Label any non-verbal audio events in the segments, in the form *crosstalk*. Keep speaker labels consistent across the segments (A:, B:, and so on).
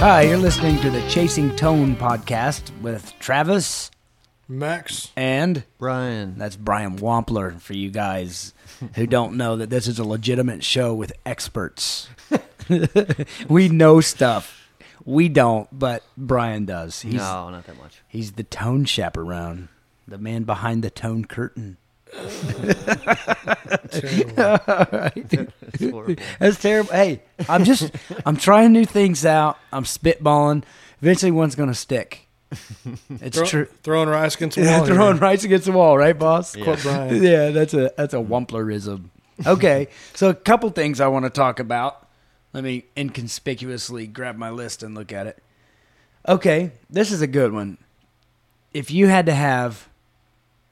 A: Hi, you're listening to the Chasing Tone podcast with Travis *laughs*
B: Max.
A: and
C: Brian.
A: that's Brian Wampler for you guys who don't know that this is a legitimate show with experts. *laughs* we know stuff. We don't, but Brian does. He's
C: No, not that much.
A: he's the tone chaperone, the man behind the tone curtain.
B: Terrible.
C: It's horrible.
A: That's terrible. Hey, I'm just I'm trying new things out. I'm spitballing. Eventually, one's gonna stick. It's
B: Throw,
A: true.
B: Throwing rice against the
A: Yeah,
B: wall.
A: throwing
B: here.
A: rights against the wall, right, boss?
C: Yeah.
B: Quote
A: *laughs*
B: Brian.
A: Yeah, that's a that's a wamplerism. Okay, so a couple things I want to talk about. Let me inconspicuously grab my list and look at it. Okay, this is a good one. If you had to have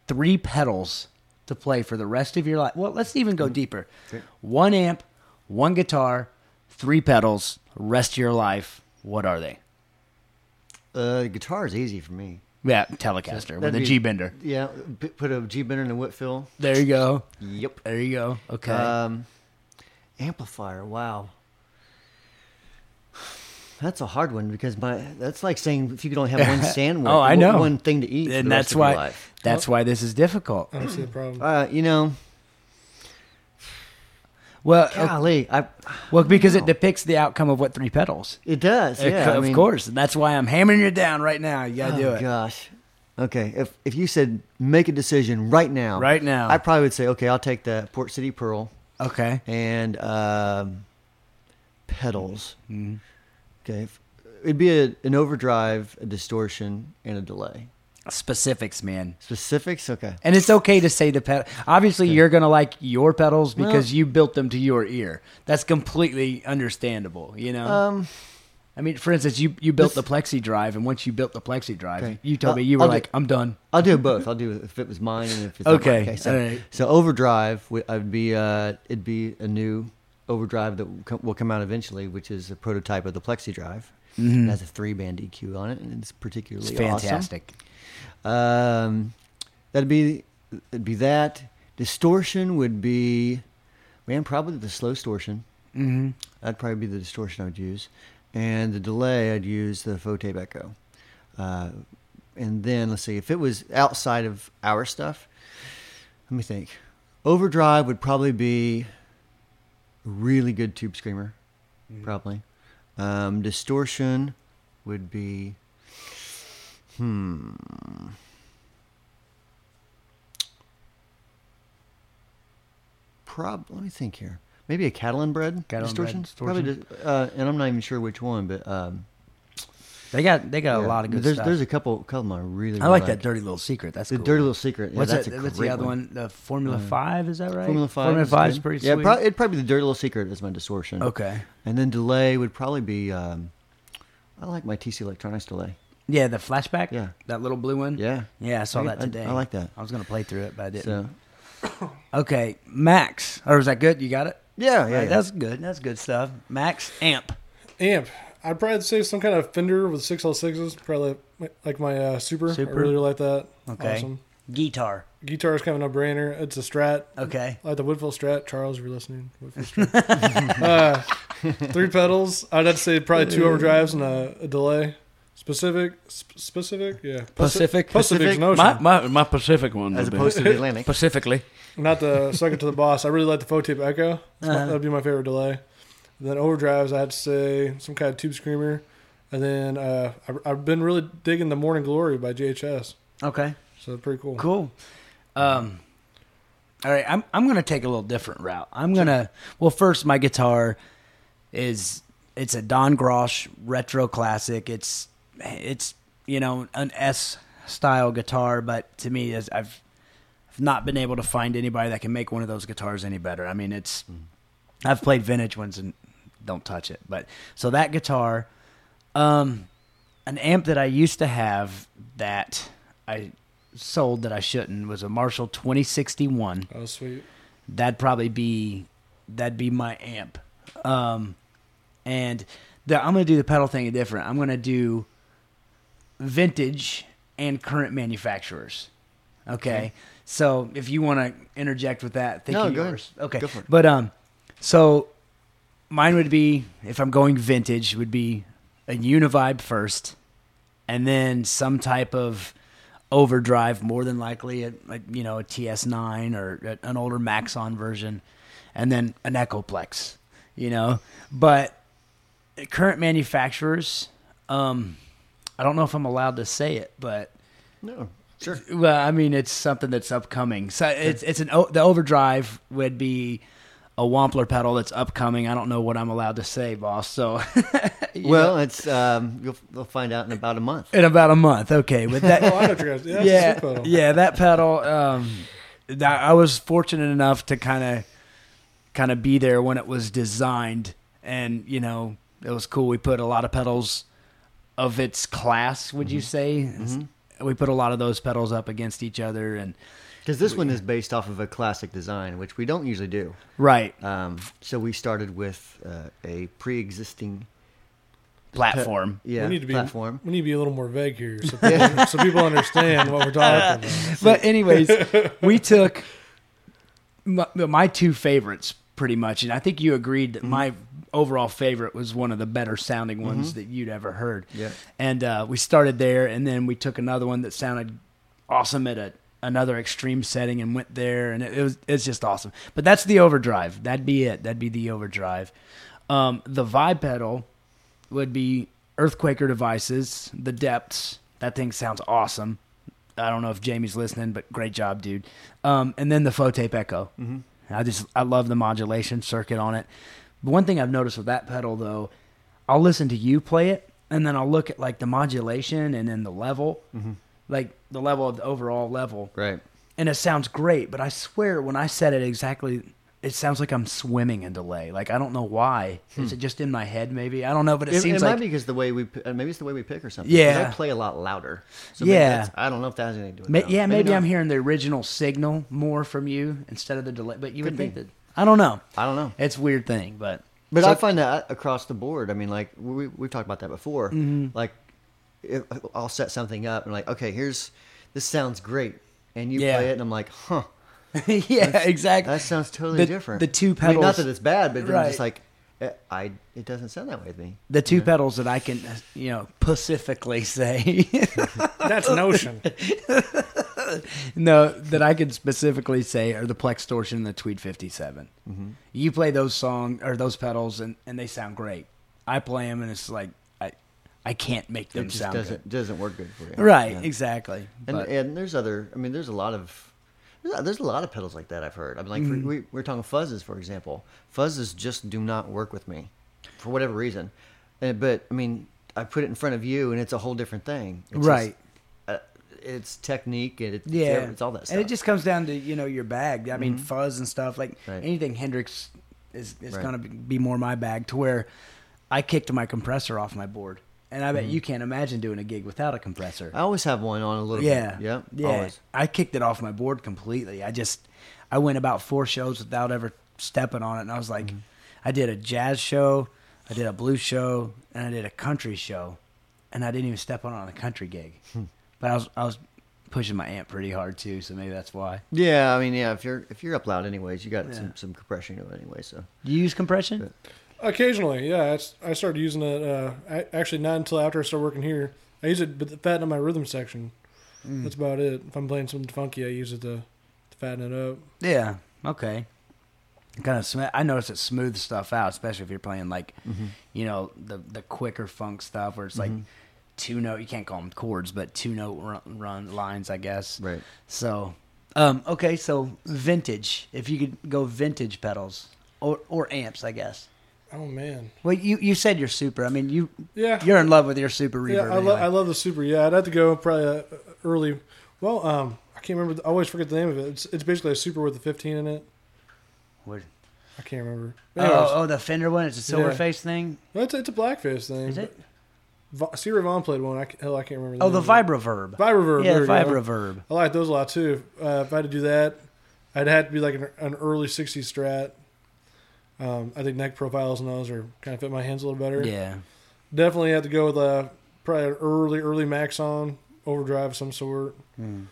A: three pedals to play for the rest of your life, well, let's even go deeper. One amp, one guitar, three pedals, rest of your life. What are they?
C: *laughs* Uh, guitar is easy for me.
A: Yeah, Telecaster with
C: That'd
A: a
C: be-
A: G bender.
C: Yeah, p- put a G bender and a Whitfill.
A: There you go.
C: Yep.
A: There you go. Okay.
C: Um, amplifier. Wow. That's a hard one because my that's like saying if you could only
A: *laughs*
C: have one sandwich.
A: Oh, I
C: one-
A: know.
C: One thing to eat, for
A: and
C: the
A: that's
C: rest of your
A: why
C: life.
A: that's why this is difficult.
B: I don't see the problem.
C: Uh, you know,
A: Well, uh,
C: golly, I,
A: well, because it depicts the outcome of what three pedals.
C: it does.
A: It
C: Yeah,
A: co-
C: I
A: of
C: mean,
A: course, and that's why I'm hammering you down right now. You gotta
C: oh,
A: do it.
C: Gosh. Okay. If if you said make a decision right now,
A: Right now.
C: I probably would say okay. I'll take the Port City Pearl
A: Okay.
C: and um, pedals.
A: Mm-hmm.
C: Okay. if- It'd be a, an overdrive, a distortion, and a delay.
A: Specifics, man.
C: Specifics, okay.
A: And it's okay to say the pedal. Obviously, you're gonna like your pedals because
C: Well-
A: you built them to your ear. That's completely understandable. You know.
C: Um,
A: I mean, for instance, you you built
C: this-
A: the plexi drive, and once you built the plexi drive,
C: Okay.
A: you told
C: Uh,
A: me you were
C: I'll do-
A: like, "I'm done."
C: I'll do both. I'll do it if it was mine and if it's not mine.
A: Okay,
C: so,
A: all right.
C: so overdrive would I'd be uh, it'd be a new overdrive that will come- will come out eventually, which is a prototype of the Plexi drive. It has a three band EQ on it, and it's particularly
A: Mm-hmm. It's
C: awesome.
A: fantastic.
C: Um, that'd be it'd be that distortion would be, man, probably the slow distortion.
A: Mm-hmm.
C: That'd probably be the distortion I would use, and the delay I'd use the Fote Echo. Uh, and then let's see if it was outside of our stuff. Let me think. Overdrive would probably be a really good tube screamer,
A: Mm-hmm.
C: probably. Um, distortion would be, hmm. Prob. Let me think here. Maybe a Catalan bread
A: Catalan bread
C: distortion.
A: distortion.
C: Probably, di- uh, and I'm not even sure which one, but um,
A: They got they got a
C: yeah.
A: lot of good
C: there's,
A: stuff.
C: There's a couple. Couple I really.
A: I like
C: really
A: that dirty little secret. That's
C: The
A: cool.
C: dirty little secret. Yeah,
A: what's
C: that's
A: that-
C: a
A: what's the
C: great
A: other one? The Formula
C: Uh,
A: Five, is that right?
C: Formula Five.
A: Formula
C: is
A: Five
C: good.
A: pretty
C: yeah,
A: sweet.
C: prob- it'd probably be the dirty little secret is my distortion.
A: okay.
C: And then delay would probably be. Um, I like my TC Electronics delay.
A: Yeah, the flashback.
C: Yeah.
A: that little blue one.
C: Yeah.
A: yeah, I saw
C: I-
A: that
C: I-
A: today.
C: I like that.
A: I was gonna play through it, but I didn't.
C: So
A: Okay, Max, or is that good? You got it.
C: yeah, yeah,
A: Right,
C: yeah.
A: that's good. That's good stuff. Max amp.
B: Amp. I'd probably say some kind of Fender with 6L6s. Probably like my uh, Super.
A: Super.
B: I really like that.
A: Okay.
B: Awesome.
A: Guitar.
B: Guitar is kind of a no-brainer. It's a Strat.
A: Okay.
B: I like the Woodville Strat. Charles, if you're listening, Woodville
A: *laughs*
B: Strat. uh, three pedals. I'd have to say probably two overdrives and a, a delay. Specific. Sp- specific? Yeah.
A: Pacific.
B: Pacific's
C: Pacific.
B: an ocean.
D: My, my, my Pacific one.
C: as
D: would be-
C: opposed to the
A: *laughs*
C: Atlantic.
D: Pacifically.
B: Not the second to the boss. I really like the Fotip Echo. That's my-
A: Uh-huh.
B: That'd be my favorite delay. And then overdrives, I'd say some kind of tube screamer. And then uh, I, I've been really digging the Morning Glory by JHS.
A: Okay.
B: So pretty cool.
A: Cool. Um, all right, I'm I'm gonna take a little different route. I'm gonna well first my guitar is it's a Don Grosh retro classic. It's it's you know an S style guitar, but to me is I've I've not been able to find anybody that can make one of those guitars any better. I mean, it's I've played vintage ones and don't touch it. But so that guitar, um, an amp that I used to have that I sold that I shouldn't was a Marshall 2061.
B: Oh, sweet.
A: That'd probably be that'd be my amp. Um, and the, I'm gonna do the pedal thing different. I'm gonna do vintage and current manufacturers. Okay. So if you want to interject with that, think
C: No,
A: of
C: go ahead.
A: yours. Okay.
C: Go for it.
A: But um, so mine would be if I'm going vintage would be a univibe first, and then some type of overdrive, more than likely a, a you know a TS9 or a, an older Maxon version, and then an Echoplex, you know. But current manufacturers, um, I don't know if I'm allowed to say it, but
C: No, *laughs* sure.
A: well, I mean, it's something that's upcoming. So it's it's an o- the overdrive would be a Wampler pedal that's upcoming. I don't know what I'm allowed to say, boss. So *laughs* you
C: well,
A: know,
C: it's um, you'll you'll find out in about
A: *laughs*
C: a month.
A: in about a month, okay. But that
B: Oh, I know what you're guys. Yeah, yeah.
A: yeah, yeah, that pedal. Um, that I was fortunate enough to kind of, kind of be there when it was designed, and you know it was cool. We put a lot of pedals of its class. Would you say? We put a lot of those pedals up against each other, and
C: Because this one is based off of a classic design, which we don't usually do.
A: right
C: Um, so we started with uh, a pre-existing
A: platform.
C: yeah
B: we need to be
C: platform.
B: We need to be a little more vague here, so people, so people understand what we're
A: *laughs*
B: talking about.
A: But anyways, we took my, my two favorites pretty much, and I think you agreed that my overall favorite was one of the better sounding ones that you'd ever heard.
C: Yeah.
A: And uh, we started there, and then we took another one that sounded awesome at a, another extreme setting, and went there, and it, it was it's just awesome. But that's the overdrive. That'd be it. That'd be the overdrive. Um, the vibe pedal would be Earthquaker Devices, The Depths. That thing sounds awesome. I don't know if Jamie's listening, but great job, dude. Um, and then the Fotape Echo. Mm-hmm. I just I love the modulation circuit on it. But one thing I've noticed with that pedal though, I'll listen to you play it, and then I'll look at like the modulation and then the level, like the level of the overall level,
C: Right.
A: and it sounds great. But I swear, when I said it exactly, it sounds like I'm swimming in delay. Like I don't know why. Is it just in my head? Maybe I don't know, but it,
C: Hmm. It,
A: seems
C: it might
A: like
C: be because the way we p- uh, maybe it's the way we pick or something. 'cause
A: Yeah.
C: I play a lot louder. So maybe
A: Yeah.
C: that's- I don't know if that has anything to do with
A: Ma-
C: it.
A: yeah, maybe,
C: not.
A: I'm hearing the original signal more from you instead of the delay. But you would
C: Could
A: think
C: be.
A: that I don't know.
C: I don't know.
A: It's a weird thing, but
C: But
A: So-
C: I find that across the board. I mean, like we we've talked about that before.
A: Mm-hmm.
C: Like, if I'll set something up and like, okay, here's this sounds great, and you
A: Yeah.
C: play it, and I'm like, huh,
A: *laughs* yeah, exactly.
C: that sounds totally
A: The-
C: different.
A: the two
C: I mean, not
A: pedals-
C: that it's bad, but then I'm just
A: Right.
C: like, eh, I it doesn't sound that way to me.
A: the two pedals that I can, you know, pacifically *laughs* say
B: That's Notion.
A: no that I can specifically say are the Plex Torsion and the Tweed 57.
C: Mm-hmm.
A: You play those song or those pedals and and they sound great. I play them and it's like I I can't make
C: It
A: them
C: just
A: sound
C: doesn't doesn't work good for you.
A: good. Right,
C: Yeah.
A: exactly.
C: And,
A: But-
C: and there's other. I mean, there's a lot of there's a- there's a lot of pedals like that I've heard. I mean, like
A: Mm.
C: we, we we're talking fuzzes for example. Fuzzes just do not work with me for whatever reason. And, but I mean, I put it in front of you, and it's a whole different thing. It's just-
A: Right.
C: uh, it's technique, and it's,
A: yeah,
C: it's all that stuff. Mm-hmm.
A: And it just comes down to you know your bag. I mean, fuzz and stuff like
C: Right.
A: anything Hendrix is is
C: Right.
A: gonna be- be more my bag. To where I kicked my compressor off my board, and I bet
C: Mm-hmm.
A: you can't imagine doing a gig without a compressor.
C: I always have one on a little.
A: yeah,
C: Bit. Yep.
A: yeah.
C: Always.
A: I kicked it off my board completely. I just I went about four shows without ever stepping on it, and I was like, I did a jazz show, I did a blues show, and I did a country show, and I didn't even step on it on a country gig. But I was I was pushing my amp pretty hard too, so maybe that's why.
C: Yeah. I mean, yeah. If you're if you're up loud, anyways, you got
A: Yeah.
C: some some compression to it anyway. So
A: You use compression?
B: Occasionally, yeah. I s- I started using it. Uh, I, actually, not until after I started working here. I use it, but to fatten up my rhythm section.
A: Mm.
B: That's about it. If I'm playing something funky, I use it to, to fatten it up.
A: Yeah. Okay. Kind of. Sm- I notice it smooths stuff out, especially if you're playing like, you know, the the quicker funk stuff where it's like two note. You can't call them chords, but two note run, run lines, I guess.
C: right.
A: So, um, okay. So vintage. If you could go vintage pedals or or amps, I guess.
B: Oh man,
A: Well, you you said your super. I mean, you
B: yeah.
A: you're in love with your super reverb.
B: yeah, I, lo-
A: anyway.
B: I love the super. Yeah, I'd have to go probably uh, early. Well, um, I can't remember. I always forget the name of it. It's, it's basically a super with a 15 in it.
A: What-
B: I can't remember. Anyways,
A: oh, oh, the Fender one. It's a silver
B: Yeah.
A: face thing.
B: It's, it's a blackface thing.
A: Is it?
B: but Va- Sierra Vaughn played one. I, c- hell, I can't remember.
A: Oh, the
B: name of it.
A: Vibroverb.
B: Vibroverb.
A: yeah,
B: there
A: the
B: we go.
A: Vibroverb.
B: I like those a lot too. Uh, if I had to do that, I'd have to be like an, an early '60s Strat. Um, I think neck profiles and those are kind of fit my hands a little better.
A: Yeah.
B: Definitely have to go with a probably an early early Maxon overdrive of some sort. Um,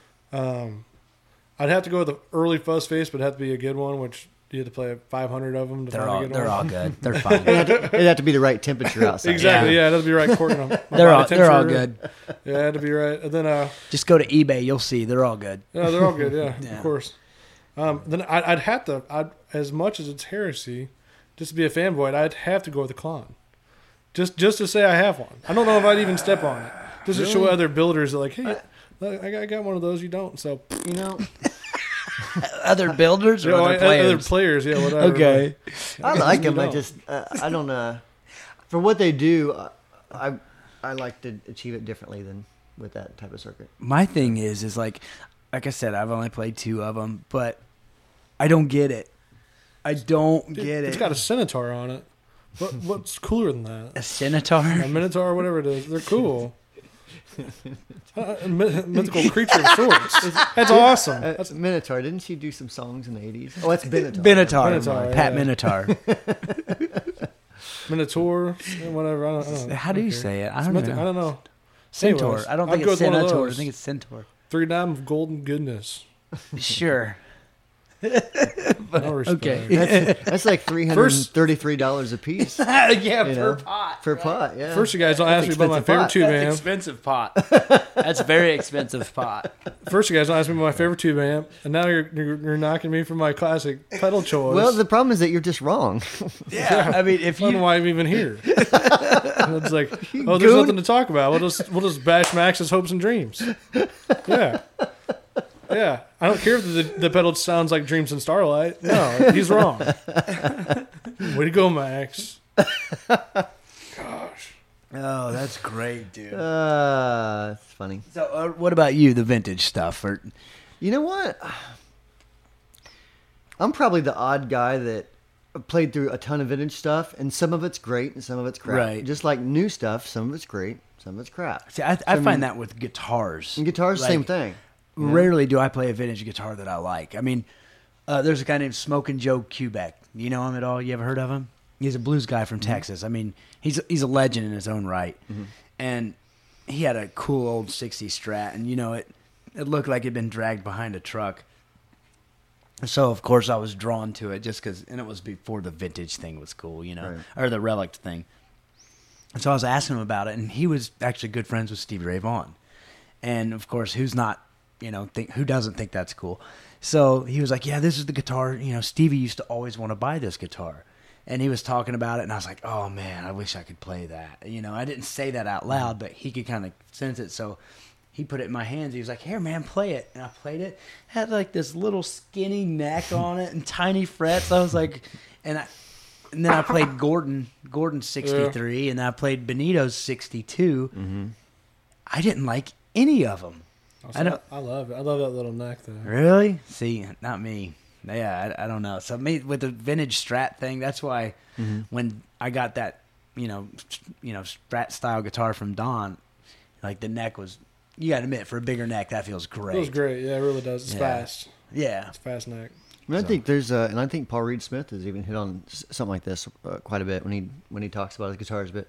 B: I'd have to go with the early fuzz face, but it'd have to be a good one, which You had to play 500 of them to
A: They're
B: find
A: all
B: a good
A: they're
B: one.
A: all good.
B: *laughs*
A: They're fine.
C: It'd have, to, it'd have to be the
A: *laughs*
C: right temperature outside.
B: Exactly. Yeah, that'll be right. Courting them.
A: They're all they're all good.
B: Yeah, that'll be right. And then, uh,
A: Just go to eBay, you'll see they're all good.
B: no, they're all good. Yeah,
A: Yeah.
B: of course. Um, then I'd, I'd have to, I'd, as much as it's heresy, just to be a fanboy, I'd have to go with a clone. Just, just to say I have one. I don't know if I'd even step on it. Just to show other builders that, like, hey, look, I, got, I got one of those. You don't. So,
C: You know,
A: Other *laughs* builders or
B: Yeah,
A: other
B: I- I- other
A: players.
B: players. Yeah, whatever.
A: Okay.
C: I like
B: You
C: them. I
B: don't.
C: just uh, I don't uh for what they do. uh, I I like to achieve it differently than with that type of circuit.
A: My thing is is like like I said I've only played 2 of them, but I don't get it. I don't
B: Dude,
A: get it.
B: It's got a Centaur on it. What, what's cooler than that?
A: a Centaur.
B: *laughs* A Minotaur, whatever it is. They're cool. Uh, a mi- mythical creature of sorts. That's awesome.
C: Uh,
B: That's,
C: Minotaur, didn't she do some songs in the eighties? Oh, that's Minotaur.
A: Minotaur,
B: Minotaur,
A: Pat
B: yeah.
A: Minotaur.
B: Minotaur, eh, whatever. I don't, *laughs* I
A: *laughs*
B: don't,
A: How do you
B: okay.
A: say it? I
B: It's
A: don't
B: mythi-
A: know.
B: I don't know.
A: Centaur.
B: Anyways,
A: I don't
B: I'd
A: think
B: go
A: it's
B: with one of
A: Centaur. I
B: those.
A: think it's Centaur.
B: Three dime of golden goodness. *laughs*
A: Sure.
B: No respect.
A: okay.
C: That's,
A: *laughs*
C: that's like three hundred and thirty-three dollars a *laughs* piece
A: yeah,
C: You
A: per
C: know.
A: pot.
C: for pot. Yeah.
B: First, you guys don't ask me about my
C: expensive
B: favorite
C: pot.
B: two,
A: That's
B: man.
A: expensive
C: *laughs*
A: pot. That's very expensive pot.
B: First, you guys don't ask me about my favorite tube amp, and now you're, you're, you're knocking me for my classic pedal choice.
C: well, the problem is that you're just wrong.
B: *laughs*
A: Yeah. I mean, if
B: I don't know
A: you
B: why I'm
A: *laughs*
B: even here. it's like, oh, there's nothing to talk about. We'll just we'll just bash Max's hopes and dreams. Yeah, yeah. I don't care if the, the pedal sounds like Dreams in Starlight. No,
A: *laughs*
B: he's wrong. Way to go, Max.
A: Oh, that's great, dude.
C: Uh, it's funny.
A: so, uh, what about you, the vintage stuff? Or
C: You know what? I'm probably the odd guy that played through a ton of vintage stuff, and some of it's great and some of it's crap.
A: Right.
C: Just like new stuff, some of it's great, some of it's crap.
A: see, I, I find that with guitars.
C: And guitars,
A: Like,
C: same thing.
A: Rarely do I play a vintage guitar that I like. I mean, uh, there's a guy named Smoking Joe Kubek. You know him at all? You ever heard of him? He's a blues guy from Texas. I mean, he's he's a legend in his own right. And he had a cool old '60s Strat, and you know it it looked like it'd been dragged behind a truck. So of course I was drawn to it just because, and it was before the vintage thing was cool, you know,
C: Right.
A: or the relic thing. And so I was asking him about it, and he was actually good friends with Stevie Ray Vaughan, and of course, who's not, you know, think, who doesn't think that's cool? So he was like, "Yeah, this is the guitar. You know, Stevie used to always want to buy this guitar." And he was talking about it, and I was like, "Oh man, I wish I could play that." You know, I didn't say that out loud, but he could kind of sense it. So he put it in my hands. He was like, "Here, man, play it." And I played it. had like this little skinny neck on it and tiny frets. I was like, and I, and then I played Gordon, Gordon sixty three, and I played Benito's sixty I didn't like any of them. I don't
B: I love it. I love that little neck though.
A: really see. Not me. Yeah, I, I don't know. So me with the vintage Strat thing. That's why when I got that, you know, s- you know Strat style guitar from Don, like the neck was. You got to admit, for a bigger neck, that feels great.
B: It was great. Yeah, it really does. It's
A: Yeah.
B: fast.
A: Yeah,
B: It's
A: *laughs*
B: fast neck.
C: I, mean, I think there's, uh, and I think Paul Reed Smith has even hit on s- something like this uh, quite a bit when he when he talks about his guitars. But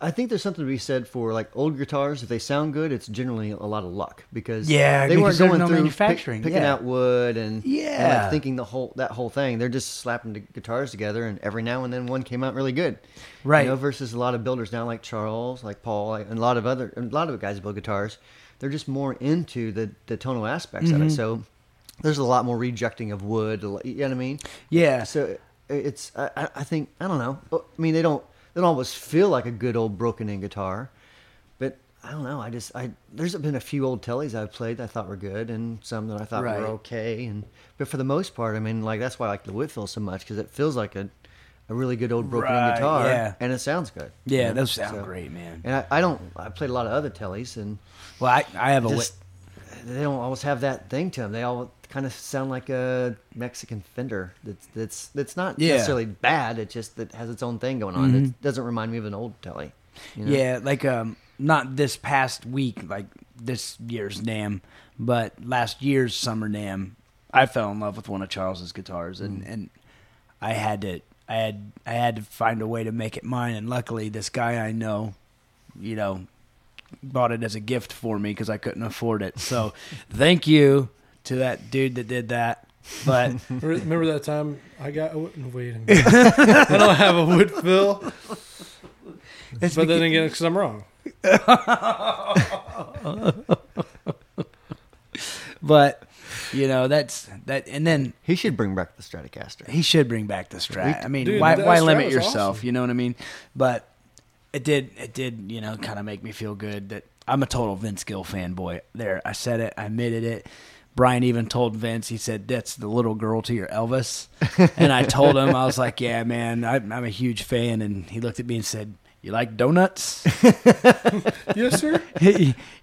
C: I think there's something to be said for like old guitars. If they sound good, it's generally a lot of luck because
A: Yeah,
C: they
A: because
C: weren't
A: there's
C: going
A: no
C: through pick-
A: manufacturing,
C: picking
A: yeah.
C: out wood and and, like,
A: Yeah.
C: thinking the whole that whole thing. They're just slapping the guitars together, and every now and then one came out really good, You
A: Right.
C: know, versus a lot of builders now, like Charles, like Paul, like, and a lot of other and a lot of guys who build guitars. They're just more into the the tonal aspects
A: Mm-hmm.
C: of it. So there's a lot more rejecting of wood. a lot- You know what I mean?
A: yeah.
C: So i- it's I, I- I think I don't know. Oh, I mean, they don't they don't always feel like a good old broken in guitar, but I don't know. I just I there's been a few old tellies I've played that I thought were good, and some that I thought
A: Right.
C: were okay. And but for the most part, I mean, like that's why I like the Whitfield so much because it feels like a a really good old broken
A: Right,
C: in guitar,
A: yeah.
C: and it sounds good.
A: Yeah,
C: you know?
A: those sound
C: So-
A: great, man.
C: And I, I don't. I played a lot of other tellies, and
A: Well, I, I have a
C: just they don't always have that thing to them. They all kind of sound like a Mexican fender. That's that's that's not
A: Yeah. Mm-hmm.
C: necessarily bad. It just that has its own thing going on. It doesn't remind me of an old telly. you know?
A: Yeah, like um, not this past week, like this year's Nam, but last year's summer Nam, I fell in love with one of Charles's guitars, and
C: Mm.
A: and I had to, I had, I had to find a way to make it mine, and luckily this guy I know, you know, bought it as a
C: *laughs*
A: gift for me because I couldn't afford it. So thank you to that dude that did that.
C: *laughs*
A: But
B: Remember that time I got a wood? Wait
A: *laughs*
B: a minute. I don't have a wood fill.
A: it's
B: But then
A: beca-
B: again, because I'm wrong.
A: *laughs* but you know that's that, and then
C: He should bring back the Stratocaster.
A: he should bring back the strat.
C: We-
A: I mean,
B: Dude,
A: why
B: that
A: why
B: Strat
A: limit
B: was
A: yourself?
B: awesome.
A: You know what I mean? But it did it did you know kind of make me feel good that I'm a total Vince Gill fanboy. There, I said it, I admitted it. Brian even told Vince, he said, "That's the little girl to your Elvis," and I told him, I was like, "Yeah, man, I, I'm a huge fan." And he looked at me and said, "You like donuts?" *laughs*
B: Yes, sir.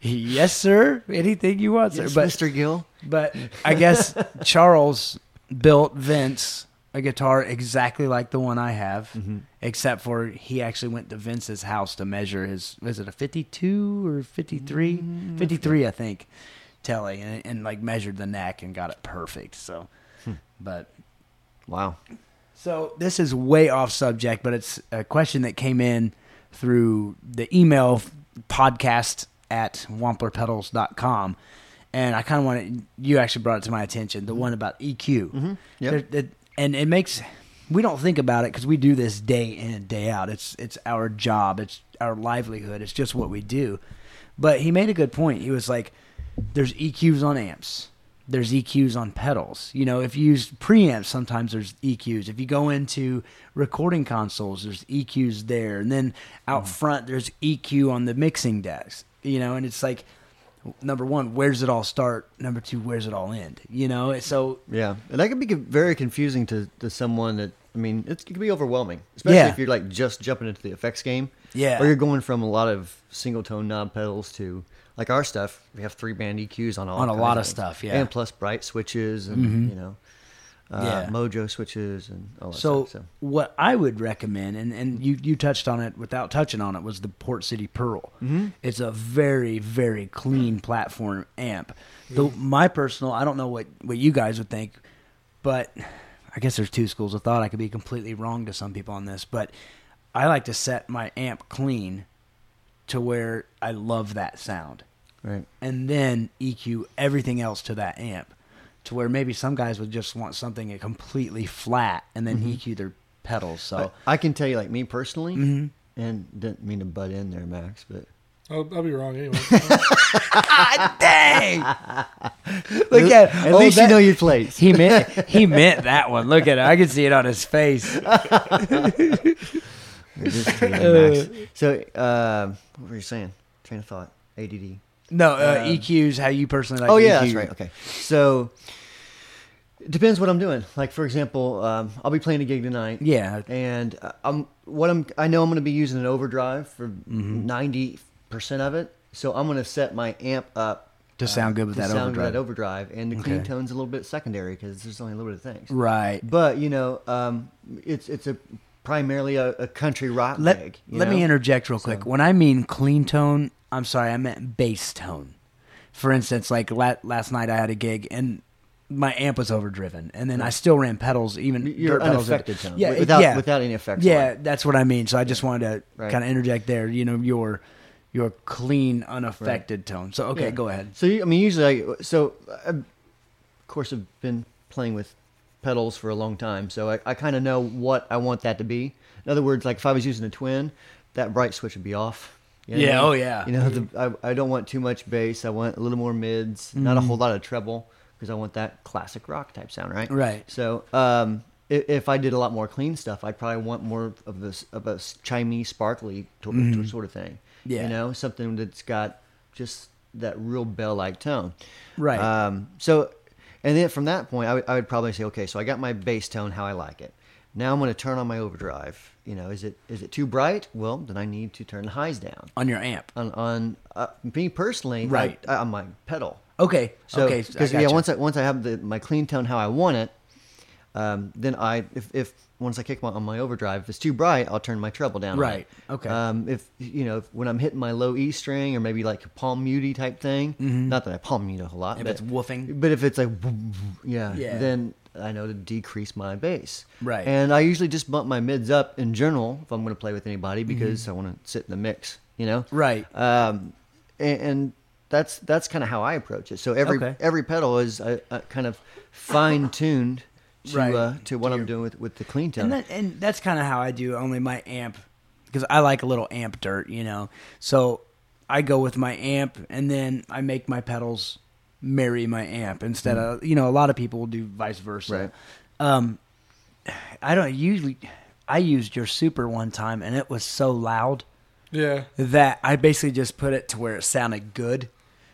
A: yes, sir. Anything you want, sir.
C: Yes,
A: but
C: Mr. Gill.
A: but I guess Charles built Vince a guitar exactly like the one I have, except for he actually went to Vince's house to measure his. Was it a fifty-two or 53? 53, I think. Telly and, and like measured the neck and got it perfect. So, but
C: Wow.
A: so this is way off subject, but it's a question that came in through the email podcast at wamplerpedals.com. And I kind of wanted, you actually brought it to my attention, the one about EQ. Mm-hmm.
C: Yep.
A: and it makes, we don't think about it because we do this day in and day out. It's, it's our job, it's our livelihood, it's just what we do. But he made a good point. He was like, there's EQs on amps. There's EQs on pedals. You know, if you use preamps, sometimes there's EQs. If you go into recording consoles, there's EQs there. And then out front, there's EQ on the mixing decks. You know, and it's like, number one, where's it all start? Number two, where's it all end? You know, it's so
C: Yeah, and that can be very confusing to, to someone that I mean, it's, it can be overwhelming, especially
A: Yeah.
C: if you're like just jumping into the effects game.
A: Yeah.
C: or you're going from a lot of single tone knob pedals to like our stuff. We have three band EQs on all
A: On a
C: kinds
A: lot of
C: things.
A: stuff, yeah. Mm-hmm.
C: and plus bright switches and you know, uh,
A: Yeah.
C: mojo switches and all that
A: so,
C: stuff. So
A: what I would recommend, and, and you, you touched on it without touching on it, was the Port City Pearl. It's a very, very clean platform amp. The, my personal, I don't know what, what you guys would think, but I guess there's two schools of thought. I could be completely wrong to some people on this, but I like to set my amp clean to where I love that sound
C: right,
A: and then EQ everything else to that amp to where maybe some guys would just want something completely flat and then EQ their pedals. So *laughs*
C: I, I can tell you, like me personally,
A: Mm-hmm.
C: and didn't mean to butt in there, Max, but
B: I'll, I'll be
A: *laughs*
B: wrong anyway.
A: God Ah, dang! *laughs* Look *laughs* at
C: at
A: oh,
C: least
A: that-
C: you know your *laughs* place.
A: *laughs* he meant he meant that one. Look at it. I can see it on his face.
C: Just
A: *laughs*
C: kidding, Max. So uh, what were you saying? Train of thought. ADD.
A: No, uh, EQs how you personally like. E
C: oh yeah,
A: EQ.
C: that's right. Okay, so it depends what I'm doing. Like for example, um, I'll be playing a gig tonight.
A: Yeah.
C: and uh, I'm what I'm. I know I'm going to be using an overdrive for
A: Mm-hmm.
C: 90 percent of it. So I'm going to set my amp up uh,
A: To sound good with
C: to
A: that
C: sound
A: overdrive.
C: That overdrive and the clean
A: Okay.
C: tones a little bit secondary because there's only a little bit of things.
A: Right.
C: But you know, um, it's it's a primarily a, a country rock
A: Let,
C: gig. you
A: let me
C: know?
A: interject real quick. When I mean clean tone, I'm sorry, I meant bass tone. For instance, like la- last night I had a gig and my amp was overdriven, and then I still ran pedals, even
C: Your
A: dirt pedals.
C: unaffected tone,
A: yeah,
C: without-
A: yeah.
C: without any effects
A: Yeah,
C: on
A: that's what I mean. So I just wanted to
C: Right.
A: kind of interject there. You know, your your clean, unaffected tone. So okay,
C: Yeah.
A: go ahead.
C: So you, I mean, usually, I, so I, of course, I've been playing with pedals for a long time, so I, I kind of know what I want that to be. In other words, like if I was using a twin, that bright switch would be off. You know what
A: Yeah,
C: I mean?
A: oh, yeah. Mm-hmm.
C: You know, the, I, I don't want too much bass. I want a little more mids, not a whole lot of treble, because I want that classic rock type sound, right?
A: Right.
C: So um, if, if I did a lot more clean stuff, I'd probably want more of this of a chimey, sparkly to, to sort of thing.
A: Mm-hmm. Yeah.
C: You know, something that's got just that real bell like tone.
A: Right.
C: Um, so, and then from that point, I would I would probably say, okay, so I got my bass tone how I like it. Now I'm going to turn on my overdrive. You know, is it is it too bright? Well, then I need to turn the highs down.
A: On your amp.
C: On on uh, me personally, I-
A: Right.
C: I, on my pedal.
A: Okay.
C: So,
A: okay.
C: because yeah, once I once I have the, my clean tone how I want it, um, then I if, if once I kick my, on my overdrive, if it's too bright, I'll turn my treble down. on
A: Right.
C: it.
A: Okay.
C: Um, if you know if, when I'm hitting my low E string or maybe like a palm mutey type thing, not that I palm mute a whole lot,
A: Mm-hmm. If
C: but,
A: it's woofing.
C: but if it's like yeah,
A: Yeah.
C: then I know to decrease my bass.
A: Right.
C: And I usually just bump my mids up in general if I'm
A: Mm-hmm.
C: going to play with anybody because I want to sit in the mix. You know.
A: Right.
C: Um, and, and that's that's kind of how I approach it. So every
A: Okay.
C: every pedal is uh, uh, kind of fine tuned to
A: Right.
C: uh, to what I'm doing with, with the clean tone.
A: And, that, and that's kind of how I do. Only my amp, because I like a little amp dirt, you know. So I go with my amp, and then I make my pedals marry my amp instead
B: Mm.
A: of you know a lot of people will do vice versa. Um, I don't usually. I used your super one time, and it was so loud
B: Yeah.
A: that I basically just put it to where it sounded good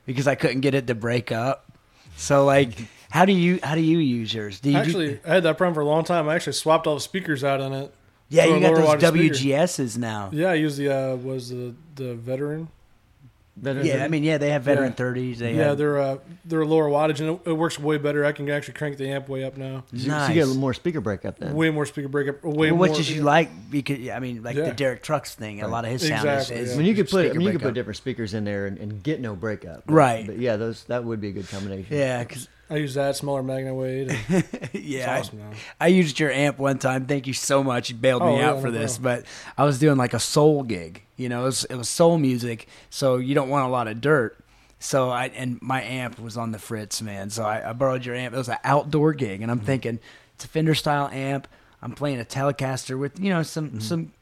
A: because I couldn't get it to break up. So
B: *laughs*
A: like, how do you how do you use yours? Do you do-
B: Actually, I had that problem for a long time. I actually swapped all the speakers out on it.
A: yeah,
B: for a
A: you got
B: lower
A: those
B: wattage speaker.
A: WGSs now.
B: Yeah, I used the uh, was the the veteran.
C: Better
A: Yeah,
C: than-
A: I mean, yeah, they have veteran
B: Yeah.
A: thirties. They
B: Yeah,
A: have
B: they're uh, they're lower wattage and it, it works way better. I can actually crank the amp way up now.
C: so you- so
A: nice.
C: you get a little more speaker breakup then.
B: Way more speaker breakup. Way
A: Mm. well,
B: more.
A: what did you like? Because I mean, like the
B: Yeah.
A: Derek Trucks thing, a lot of his sound
B: Exactly,
A: is,
B: yeah.
A: is
C: I mean, you could put I
A: speaker
C: mean, you could
A: breakup.
C: put different speakers in there and, and get no breakup. But-
A: Right.
C: But yeah, those that would be a good combination.
A: Yeah, 'cause- *laughs*
B: I use that smaller MagnaWave. and- It's
A: yeah, I-
B: awesome, man.
A: I used your amp one time. Thank you so much. You bailed
B: Oh,
A: me
B: yeah,
A: out
B: no
A: for this,
B: problem.
A: but I was doing like a soul gig. You know, it was, it was soul music, so you don't want a lot of dirt. So I and my amp was on the fritz, man. So I, I borrowed your amp. It was an outdoor gig, and
B: Mm-hmm.
A: I'm thinking it's a Fender style amp. I'm playing a Telecaster with you know some
B: Mm-hmm.
A: some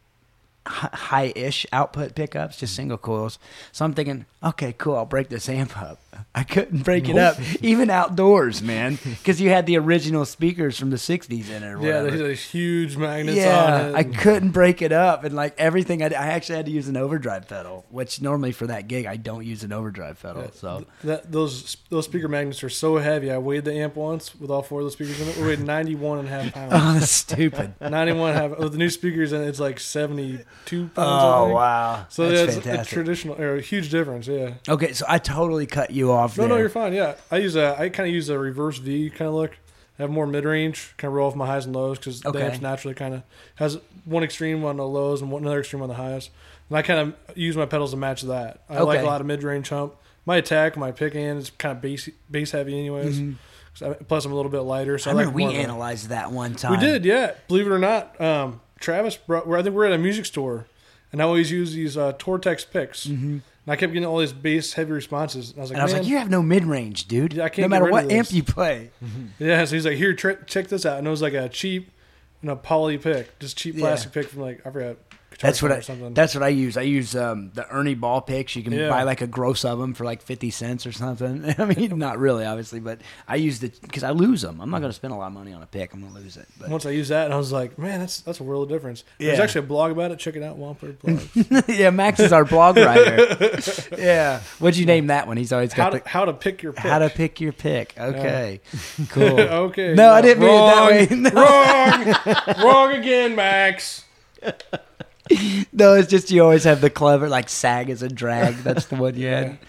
A: hi- high-ish output pickups, just
B: Mm-hmm.
A: single coils. So I'm thinking, okay, cool, I'll break this amp up. *laughs* I couldn't break it
B: *laughs*
A: up, even outdoors, man, because you had the original speakers from the '60s in it. Or
B: Yeah,
A: whatever.
B: there's these huge magnets
A: yeah,
B: on
A: I
B: it.
A: couldn't break it up, and like everything, I, I actually had to use an overdrive pedal, which normally for that gig I don't use an overdrive pedal.
B: *laughs*
A: So *laughs*
B: that, those those speaker magnets are so heavy. I weighed the amp once with all four of the speakers in it. We weighed 91 and
A: *laughs*
B: a half pounds.
A: oh, that's
B: *laughs*
A: stupid.
B: 91 and a half. With the new speakers in it, it's like 72 pounds. I
A: Oh
B: think.
A: wow,
B: So
A: that's
B: yeah, it's a
A: fantastic.
B: traditional, or a huge difference. Yeah.
A: okay, so I totally cut you off.
B: No,
A: there.
B: no, you're fine. Yeah, I use a, I kind of use a reverse V kind of look. I have more mid range, kind of roll off my highs and lows because
A: Okay.
B: the amp's naturally kind of has one extreme on the lows and one another extreme on the highs. And I kind of use my pedals to match that. I like
A: Okay.
B: a lot of mid range hump. My attack, my pick in is kind of bass bass heavy, anyways. So I- plus, I'm a little bit lighter, so
A: Mm-hmm. I
B: I,
A: remember
B: like
A: we
B: more of that.
A: analyzed that one time.
B: We did, yeah. Believe it or not, um, Travis brought. Well, I think we we're at a music store, and I always use these uh, Tortex picks, and I kept getting all these bass heavy responses. And I was like,
A: Mm-hmm. And I was
B: "Man."
A: like, "You have no mid range, dude.
B: Yeah, I
A: no
B: can't get
A: matter
B: rid
A: what
B: of
A: amp
B: this."
A: you play."
B: Yeah, so he's like, here, tr- check this out, and it was like a cheap, you know, poly pick, just cheap
A: Yeah.
B: plastic pick from like I forgot. Guitar
A: That's what
B: Center
A: I.
B: or something.
A: That's what I use. I use um, the Ernie ball picks. You can
B: Yeah.
A: buy like a gross of them for like fifty cents or something. *laughs* I mean, not really, obviously, but I use the because I lose them. I'm not going to spend a lot of money on a pick. I'm going to lose it. But
B: Once I used that, and I was like, man, that's that's a world of difference. There's
A: Yeah.
B: actually a blog about it. Check it out,
A: *laughs*
B: Wampler
A: *laughs*
B: blog.
A: yeah, Max is our blog writer.
B: *laughs*
A: yeah, what'd you name that one? He's always
B: how
A: got
B: to
A: the.
B: how to pick your pick.
A: How to pick your pick?
B: *laughs*
A: Okay, cool.
B: okay.
A: No, I
B: yeah.
A: didn't mean it that way.
B: *laughs*
A: No.
B: Wrong. Wrong again, Max.
A: *laughs* No, it's just you always have the clever like sag as a drag. That's the one you
B: *laughs*
A: had.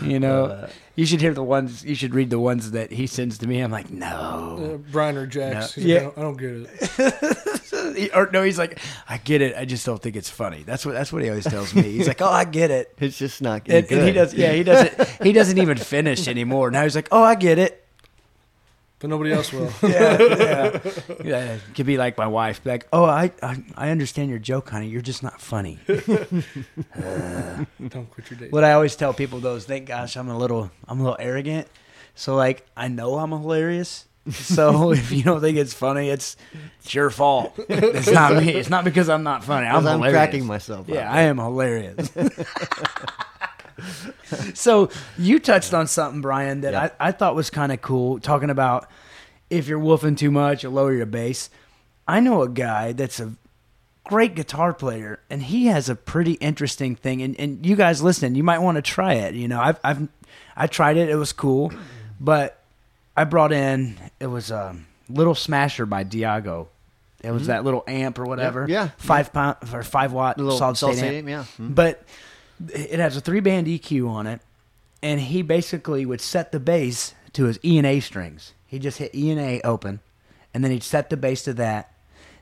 A: You know,
B: Uh,
C: uh,
A: you should hear the ones. You should read the ones that he sends to me. I'm like,
B: Uh,
A: no,
B: Brian or Jax.
A: No.
B: He's like,
A: Yeah.
B: I don't, I don't get it.
A: He- or no. He's like, I get it. I just don't think it's funny. That's what. That's what he always tells me. He's like, oh, I get it.
C: It's just not
A: And,
C: good.
A: and he does.
C: *laughs*
A: Yeah, he doesn't. He doesn't even finish anymore. Now he's like, oh, I get it.
B: But nobody else
A: *laughs*
B: will.
A: Yeah, yeah. yeah. It could be like my wife, like, oh, I, I, I understand your joke, honey. You're just not funny.
B: don't quit your date.
A: what I always tell people though is, thank gosh, I'm a little, I'm a little arrogant. So like, I know I'm hilarious.
C: *laughs*
A: So if you don't think it's funny, it's, it's your fault. It's not me. It's not because I'm not funny. I'm,
C: Because I'm
A: hilarious.
C: cracking myself. up.
A: Yeah, I am
C: *laughs*
A: hilarious. *laughs* so you touched on something, Brian, that
C: Yeah.
A: I, I thought was kind of cool, talking about if you're woofing too much, you lower your bass. I know a guy that's a great guitar player, and he has a pretty interesting thing. And, and you guys listen, you might want to try it. You know, I've, I've I tried it; it was cool, but I brought in it was um, Little Smasher by Diago. It was that little amp or whatever,
C: Mm-hmm. yeah.
A: five pound or five watt
C: A little
A: solid state, amp.
C: yeah.
B: Hmm.
C: Mhm.
A: But it has a three band EQ on it, and he basically would set the bass to his E and A strings. He just hit E and A open, and then he'd set the bass to that.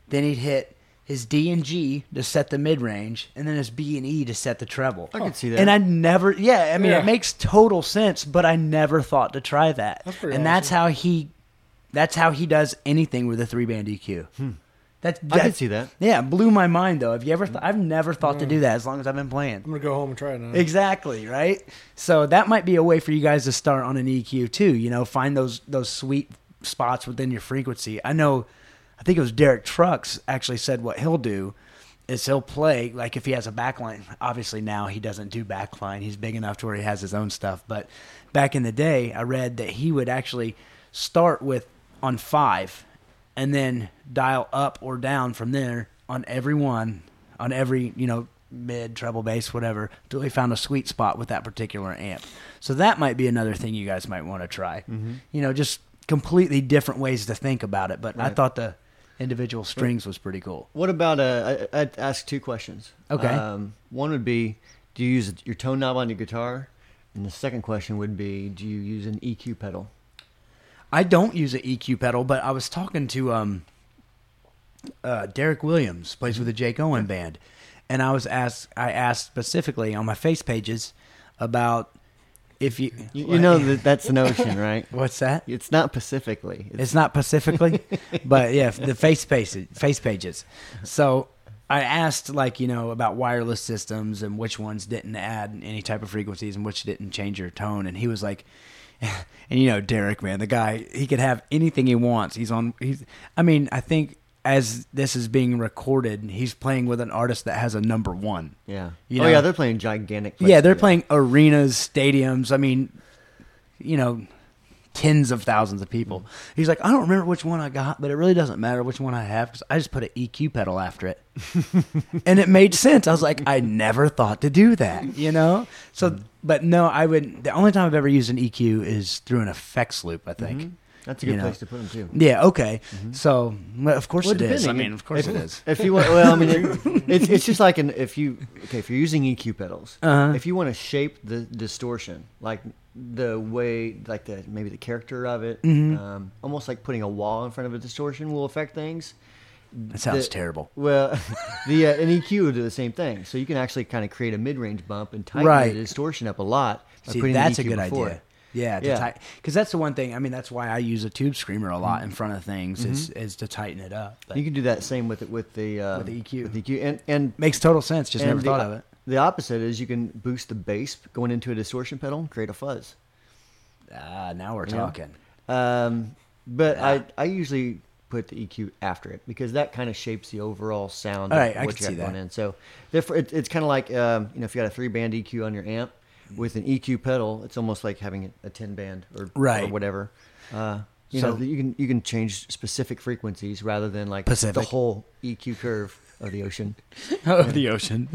A: Then he'd hit his D and G to set the mid range, and then his B and E to set the treble.
C: I could see that.
A: And I never, yeah, I mean,
B: Yeah.
A: it makes total sense, but I never thought to try that.
B: That's pretty
A: and
B: Hmm.
A: E that's how he, that's how he does anything with a three band EQ. That,
C: I can
A: that
C: see that.
A: yeah blew my mind though. Have you ever? Th- I've never thought to do that as long as I've been playing.
B: I'm gonna go home and try it now.
A: Exactly, right? So that might be a way for you guys to start on an EQ too, you know, find those those sweet spots within your frequency. I know I think it was Derek Trucks actually said what he'll do is he'll play like if he has a backline. Obviously now he doesn't do backline. He's big enough to where he has his own stuff, but back in the day I read that he would actually start with on 5 and then dial up or down from there on every one, on every, you know, mid, treble bass, whatever, until he found a sweet spot with that particular amp. So that might be another thing you guys might want to try. You know, just completely different ways to think about it. But I
C: Right.
A: thought the individual strings was pretty cool.
C: What about uh, I, I'd ask two questions.
A: Okay.
C: Um, one would be, do you use your tone knob on your guitar? And the second question would be, do you use an EQ pedal?
A: I don't use an EQ pedal, but I was talking to um, uh, Derek Williams, plays with the Jake Owen band, and I was asked, I asked specifically on my face pages about if you,
C: You, you
A: *laughs*
C: know that that's an ocean, right?
A: what's that?
C: It's not specifically. It's,
A: It's not Pacifically, but yeah, the face pages, face pages. So I asked like, you know, about wireless systems and which ones didn't add any type of frequencies and which didn't change your tone and he was like *laughs* and you know Derek man, the guy, he could have anything he wants. He's on he's I mean, I think as this is being recorded, he's playing with an artist that has a number 1.
C: yeah.
A: You
C: oh
A: know-
C: yeah, they're playing gigantic.
A: Yeah,
C: places
A: they're
C: together.
A: playing arenas, stadiums. I mean, you know, tens of thousands of people.
C: Mm-hmm.
A: He's like, I don't remember which one I got, but it really doesn't matter which one I have because I just put an EQ pedal after
C: *laughs*
A: it, and it made sense. I was like, I never thought to do that, you know. So,
C: Mm-hmm.
A: but no, I would. The only time I've ever used an EQ is through an effects loop. I think.
C: Mm-hmm. That's a good
A: you know.
C: place to put them too.
A: Yeah. Okay. So, well, of course it is. I
C: depending.
A: mean, of course
C: if,
A: it is.
C: If you want, well, I
A: *laughs*
C: mean, it- it's, it's just like an, if you okay, if you're using EQ pedals,
A: Uh-huh.
C: if you want to shape the distortion, like the way, like the maybe the character of it,
A: Mm-hmm.
C: um, almost like putting a wall in front of a distortion will affect things.
A: That sounds
C: the-
A: terrible.
C: Well, *laughs* the uh, an EQ will do the same thing, so you can actually kind of create a mid-range bump and tighten
A: Right.
C: the distortion up a lot. By
A: See,
C: putting the
A: that's a
C: EQ
A: good
C: before
A: idea.
C: it.
A: Yeah,
C: Yeah.
A: because that's the one thing. I mean, that's why I use a tube screamer a lot in front of things is is to tighten it up. But
C: Mm-hmm. You can do that same with it with the uh,
A: With the EQ.
C: with the EQ, and and
A: makes total sense. Just
C: And
A: never
C: the,
A: thought of it.
C: The opposite is you can boost the bass going into a distortion pedal, create a fuzz.
A: Ah, now we're
C: Yeah. *laughs*
A: talking.
C: Um, but
A: Yeah.
C: I, I usually put the EQ after it because that kind of shapes the overall sound
A: All
C: of
A: right, I
C: what
A: can
C: you
A: see
C: got going
A: that.
C: in. So therefore, it, it's kind of like um, you know if you got a three band EQ on your amp with an EQ pedal, it's almost like having a ten band or or
A: Right.
C: whatever. Uh, you
A: So-
C: know you can you can change specific frequencies rather than like the
A: Pacific.
C: whole EQ curve of the ocean. Oh,
A: Of *laughs* the
C: *laughs*
A: ocean.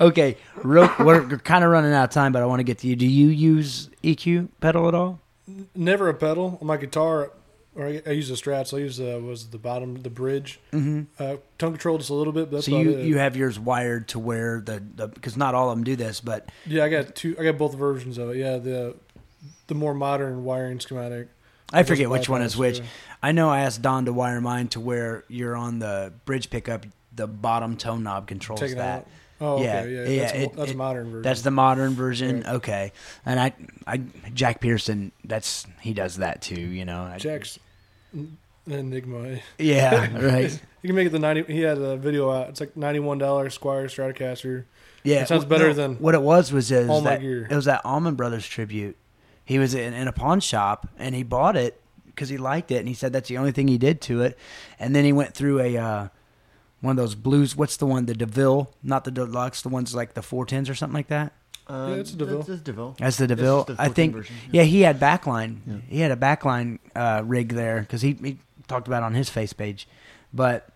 A: okay, real, we're kind of running out of time, but I want to get to you. Do you use EQ pedal at all?
B: Never a pedal on my guitar, or I, I use the Strats. I use the was the bottom the bridge. Mm-hmm. Uh, tone control just a little bit, but that's
A: So
B: about
A: you
B: it.
A: you have yours wired to where the because not all of them do this, but
B: yeah, I got two. I got both versions of it. Yeah, the the more modern wiring schematic.
A: I
B: Just
A: forget which one
B: bypass,
A: is which.
B: yeah.
A: I know I asked Don to wire mine to where you're on the bridge pickup. The bottom tone knob controls
B: Taking
A: that.
B: out. Oh,
A: yeah,
B: okay, yeah,
A: yeah,
B: that's,
A: it-
B: a, that's
A: it-
B: a modern version.
A: That's the modern version.
B: Right.
A: Okay, and I, I Jack Pearson. That's he does that too. You know, I-
B: Jack's Enigma. *laughs*
A: Yeah, right.
B: You can make it the ninety. He had a video out. It's like ninety-one dollars Squire Stratocaster.
A: Yeah,
B: It sounds
A: wh-
B: better than
A: what it was. Was is
B: all my
A: that
B: gear.
A: it was that Almond Brothers tribute. He was in, in a pawn shop and he bought it because he liked it, and he said that's the only thing he did to it. And then he went through a uh, one of those blues. What's the one? The Deville, not the deluxe. The ones like the four tens or something like that.
C: Um,
B: it's a DeVille.
C: That's, that's DeVille.
A: That's the
C: That's
A: Deville.
C: the
A: I
C: 14
A: think.
C: version,
A: yeah. he had backline.
C: Yeah.
A: He had a backline uh, rig there because he, he talked about it on his face page. But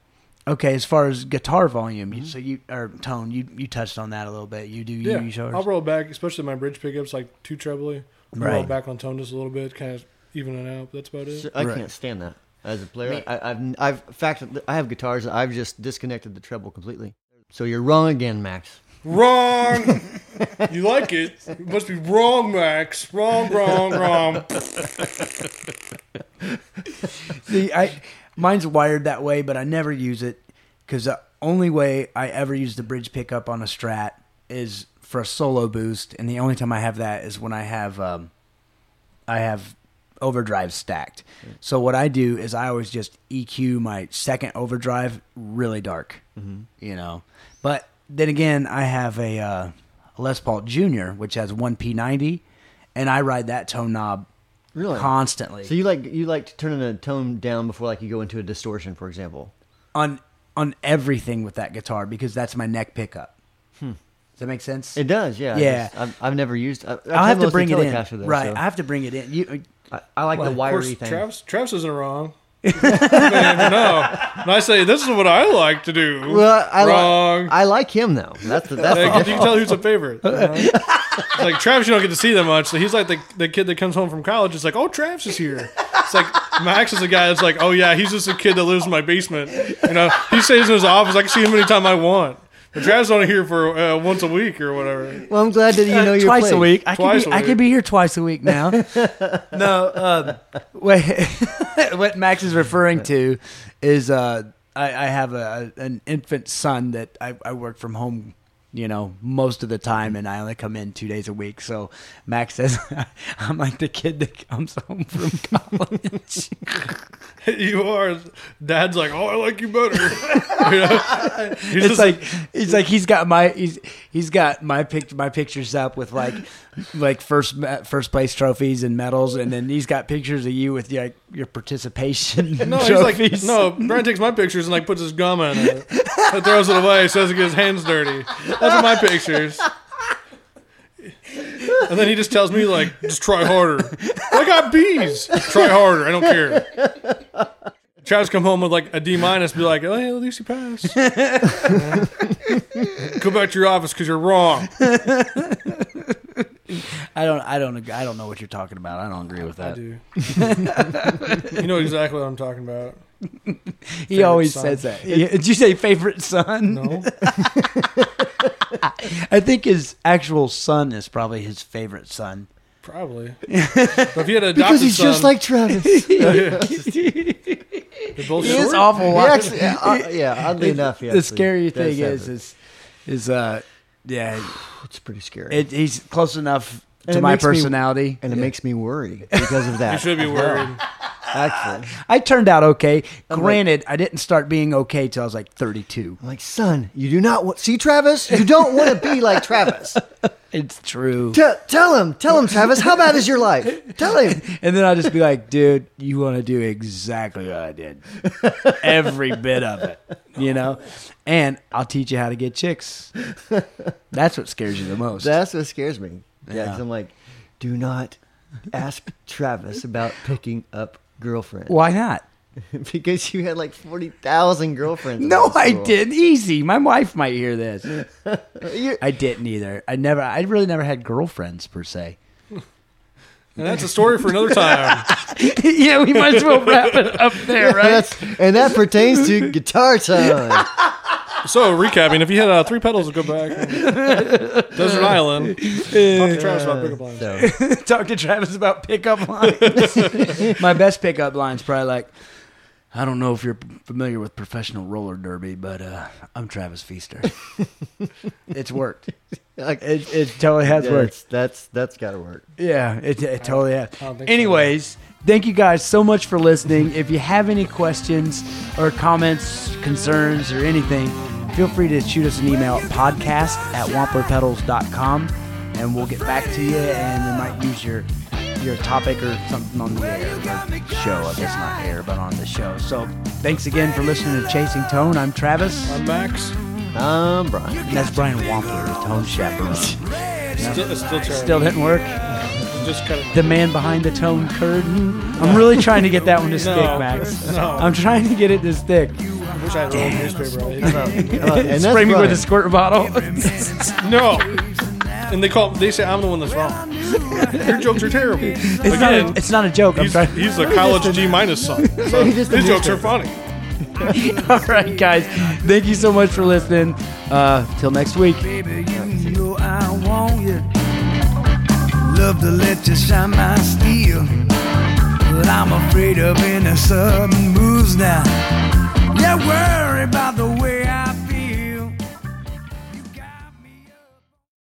A: okay, as far as guitar volume, you so you or tone, you you touched on that a little bit. You do you
B: Mm-hmm. Yeah,
A: use yours?
B: I'll roll back, especially my bridge pickups, like two trebly. I'll Roll
A: Right.
B: back on tone just a little bit, kind of even it out. That's about it.
C: So I
A: Right.
C: can't stand that as a player.
A: Me-
C: I, I've, I've, in fact, I have guitars. that I've just disconnected the treble completely. So you're wrong again, Max.
B: *laughs* Wrong. you like it? It must be wrong, Max. Wrong, wrong, *laughs* wrong.
A: *laughs* See, I mine's wired that way, but I never use it because the only way I ever use the bridge pickup on a Strat is for a solo boost, and the only time I have that is when I have um, I have overdrive stacked. So what I do is I always just EQ my second overdrive really dark, you know. But then again, I have a, uh, a Les Paul Junior, which has one P90, and I ride that tone knob
C: Really?
A: constantly
C: So you like you like to turn the tone down before like you go into a distortion, for example.
A: on on everything with that guitar because that's my neck pickup. Does that make sense?
C: Hmm. It does, yeah. I
A: Yeah.
C: just- I've, I've never used. I,
A: I'll have to bring it in.
C: After this,
A: right,
C: so.
A: I have to bring it in. You, uh,
C: I, I like the
A: Well, of
B: Of
C: wiry
B: course,
C: thing.
B: Travis, Travis
A: *laughs*
B: isn't wrong. I mean, no, and I say this is what I like to do.
C: well, I,
B: wrong.
C: Like, I like him though. That's the, that's
B: Like,
C: the
B: you can tell who's a favorite. you know? It's like Travis, you don't get to see that much. So he's like the, the kid that comes home from college. It's like, oh, Travis is here. It's like Max is the guy that's like, oh yeah, he's just a kid that lives in my basement. You know, he stays in his office. I can see him anytime I want. But Travis is only here for uh, once a week or whatever. *laughs*
C: well, I'm glad that you know your
A: twice a
C: place.
A: week. I
B: Twice
A: could
B: a
A: be, I
B: week.
A: could be here twice a week now.
C: *laughs*
A: no, um, what, *laughs* what Max is referring to is uh, I, I have a, an infant son that I, I work from home. You know, most of the time, and I only come in two days a week. So Max says, *laughs* "I'm like the kid that comes home from *laughs* college."
B: you are. Dad's like, oh, I like you better. *laughs* You know? He's
A: it's
B: just
A: like it's like he's got my he's he's got my pic my pictures up with like like first ma- first place trophies and medals, and then he's got pictures of you with like your
C: *laughs*
A: participation
B: *laughs* No,
A: trophies.
B: he's like, no. Brian takes my pictures and like puts his gum in it, and throws it away, says it gets hands dirty. That's what my pictures. And then he just tells me like, just try harder. I got B's. Try harder. I don't care. Travis come home with like a D minus, be like, oh yeah, at least you passed. Go back to your office because you're wrong.
A: I don't I don't ag- I don't know what you're talking about. I don't agree with
B: I
A: that.
B: do. you know exactly what I'm talking about.
A: He always
B: son.
A: says that. Yeah, Did you say favorite son?
B: No.
A: I think his actual son is probably his favorite son.
B: Probably. But if you had an adopted
C: Because he's just
B: son-
C: like Travis. *laughs* he
B: They're both
A: He
B: short.
A: is awful.
C: actually, yeah, uh, yeah,
A: *laughs*
C: oddly enough, he
A: the
C: Oh, actually
A: scary
C: does
A: thing
C: have
A: is
C: it.
A: is is uh yeah
C: it's pretty scary,
A: it, he's close enough
C: And
A: to
C: it
A: my
C: makes me-
A: personality.
C: and it makes me worry because of that.
B: You should be worried.
C: Actually,
A: I turned out okay.
C: like-
A: Granted, I didn't start being okay till I was like 32.
C: I'm like, son, you do not want see Travis. You don't want to be like Travis.
A: It's true.
C: Te- tell him, tell him, Travis. How bad is your life? Tell him.
A: *laughs* *laughs* And then I'll just be like, dude, you want to do exactly what I *laughs* did. Every bit of it, you know? And I'll teach you how to get chicks. That's what scares you the most.
C: That's what scares me. Yeah, 'cause
A: Yeah.
C: I'm like, do not ask Travis about picking up girlfriend
A: Why not?
C: *laughs* because you had like forty thousand girlfriends. in
A: No,
C: high
A: I
C: school.
A: didn't. Easy. My wife might hear this.
C: You-
A: I didn't either. I never, I really never had girlfriends per se. *laughs*
B: And that's a story for another time.
A: yeah, we might as well wrap it up there, right?
C: That's, and that pertains to guitar *laughs* time.
B: So, recapping, if you had uh, three pedals, to go back. Desert Island. Talk to Travis about pickup lines.
C: So,
A: talk to Travis about pickup *laughs* lines. My best pickup line's probably like, I don't know if you're familiar with professional roller derby, but uh, I'm Travis *laughs* Feaster. it's worked.
C: like,
A: It, it totally has
C: yeah,
A: worked.
C: that's that's, that's got to work.
A: Yeah, it, it totally has.
B: I don't think so.
A: Anyways, thank you guys so much for listening. If you have any questions or comments, concerns, or anything, feel free to shoot us an email at podcast at wamplerpedals.com and we'll get back to you and we might use your your topic or something on the air or show. I guess not air, but on the show. So thanks again for listening to Chasing Tone. I'm Travis.
B: I'm Max.
C: Um, Brian,
A: And that's Brian Wampler, the Tone Chaperone.
B: Still, it's still, Travis.
A: Still didn't work.
B: Just cut it.
A: the man behind the tone curtain. I'm really trying to get that one to stick,
B: *laughs* No.
A: Max.
B: No.
A: I'm trying to get it to stick.
B: I wish I had an old newspaper. I hate it.
C: Uh, and that's
A: Spray me with
C: Brian.
A: a squirt bottle.
B: No. And they call. They say I'm the one that's wrong. Your jokes are terrible.
A: *laughs*
B: *laughs*
A: It's not, a,
B: Again,
A: it's not a joke. I'm
B: he's,
A: trying.
B: he's a college G minus *laughs* son. So
C: He's just a
B: his jokes are
C: newspaper.
B: funny.
A: *laughs* All right, guys. Thank you so much for listening. Uh, till next week.
D: baby, you know I want you. Love to let you shine my steel, but I'm afraid of any sudden moves now. Yeah, worry about the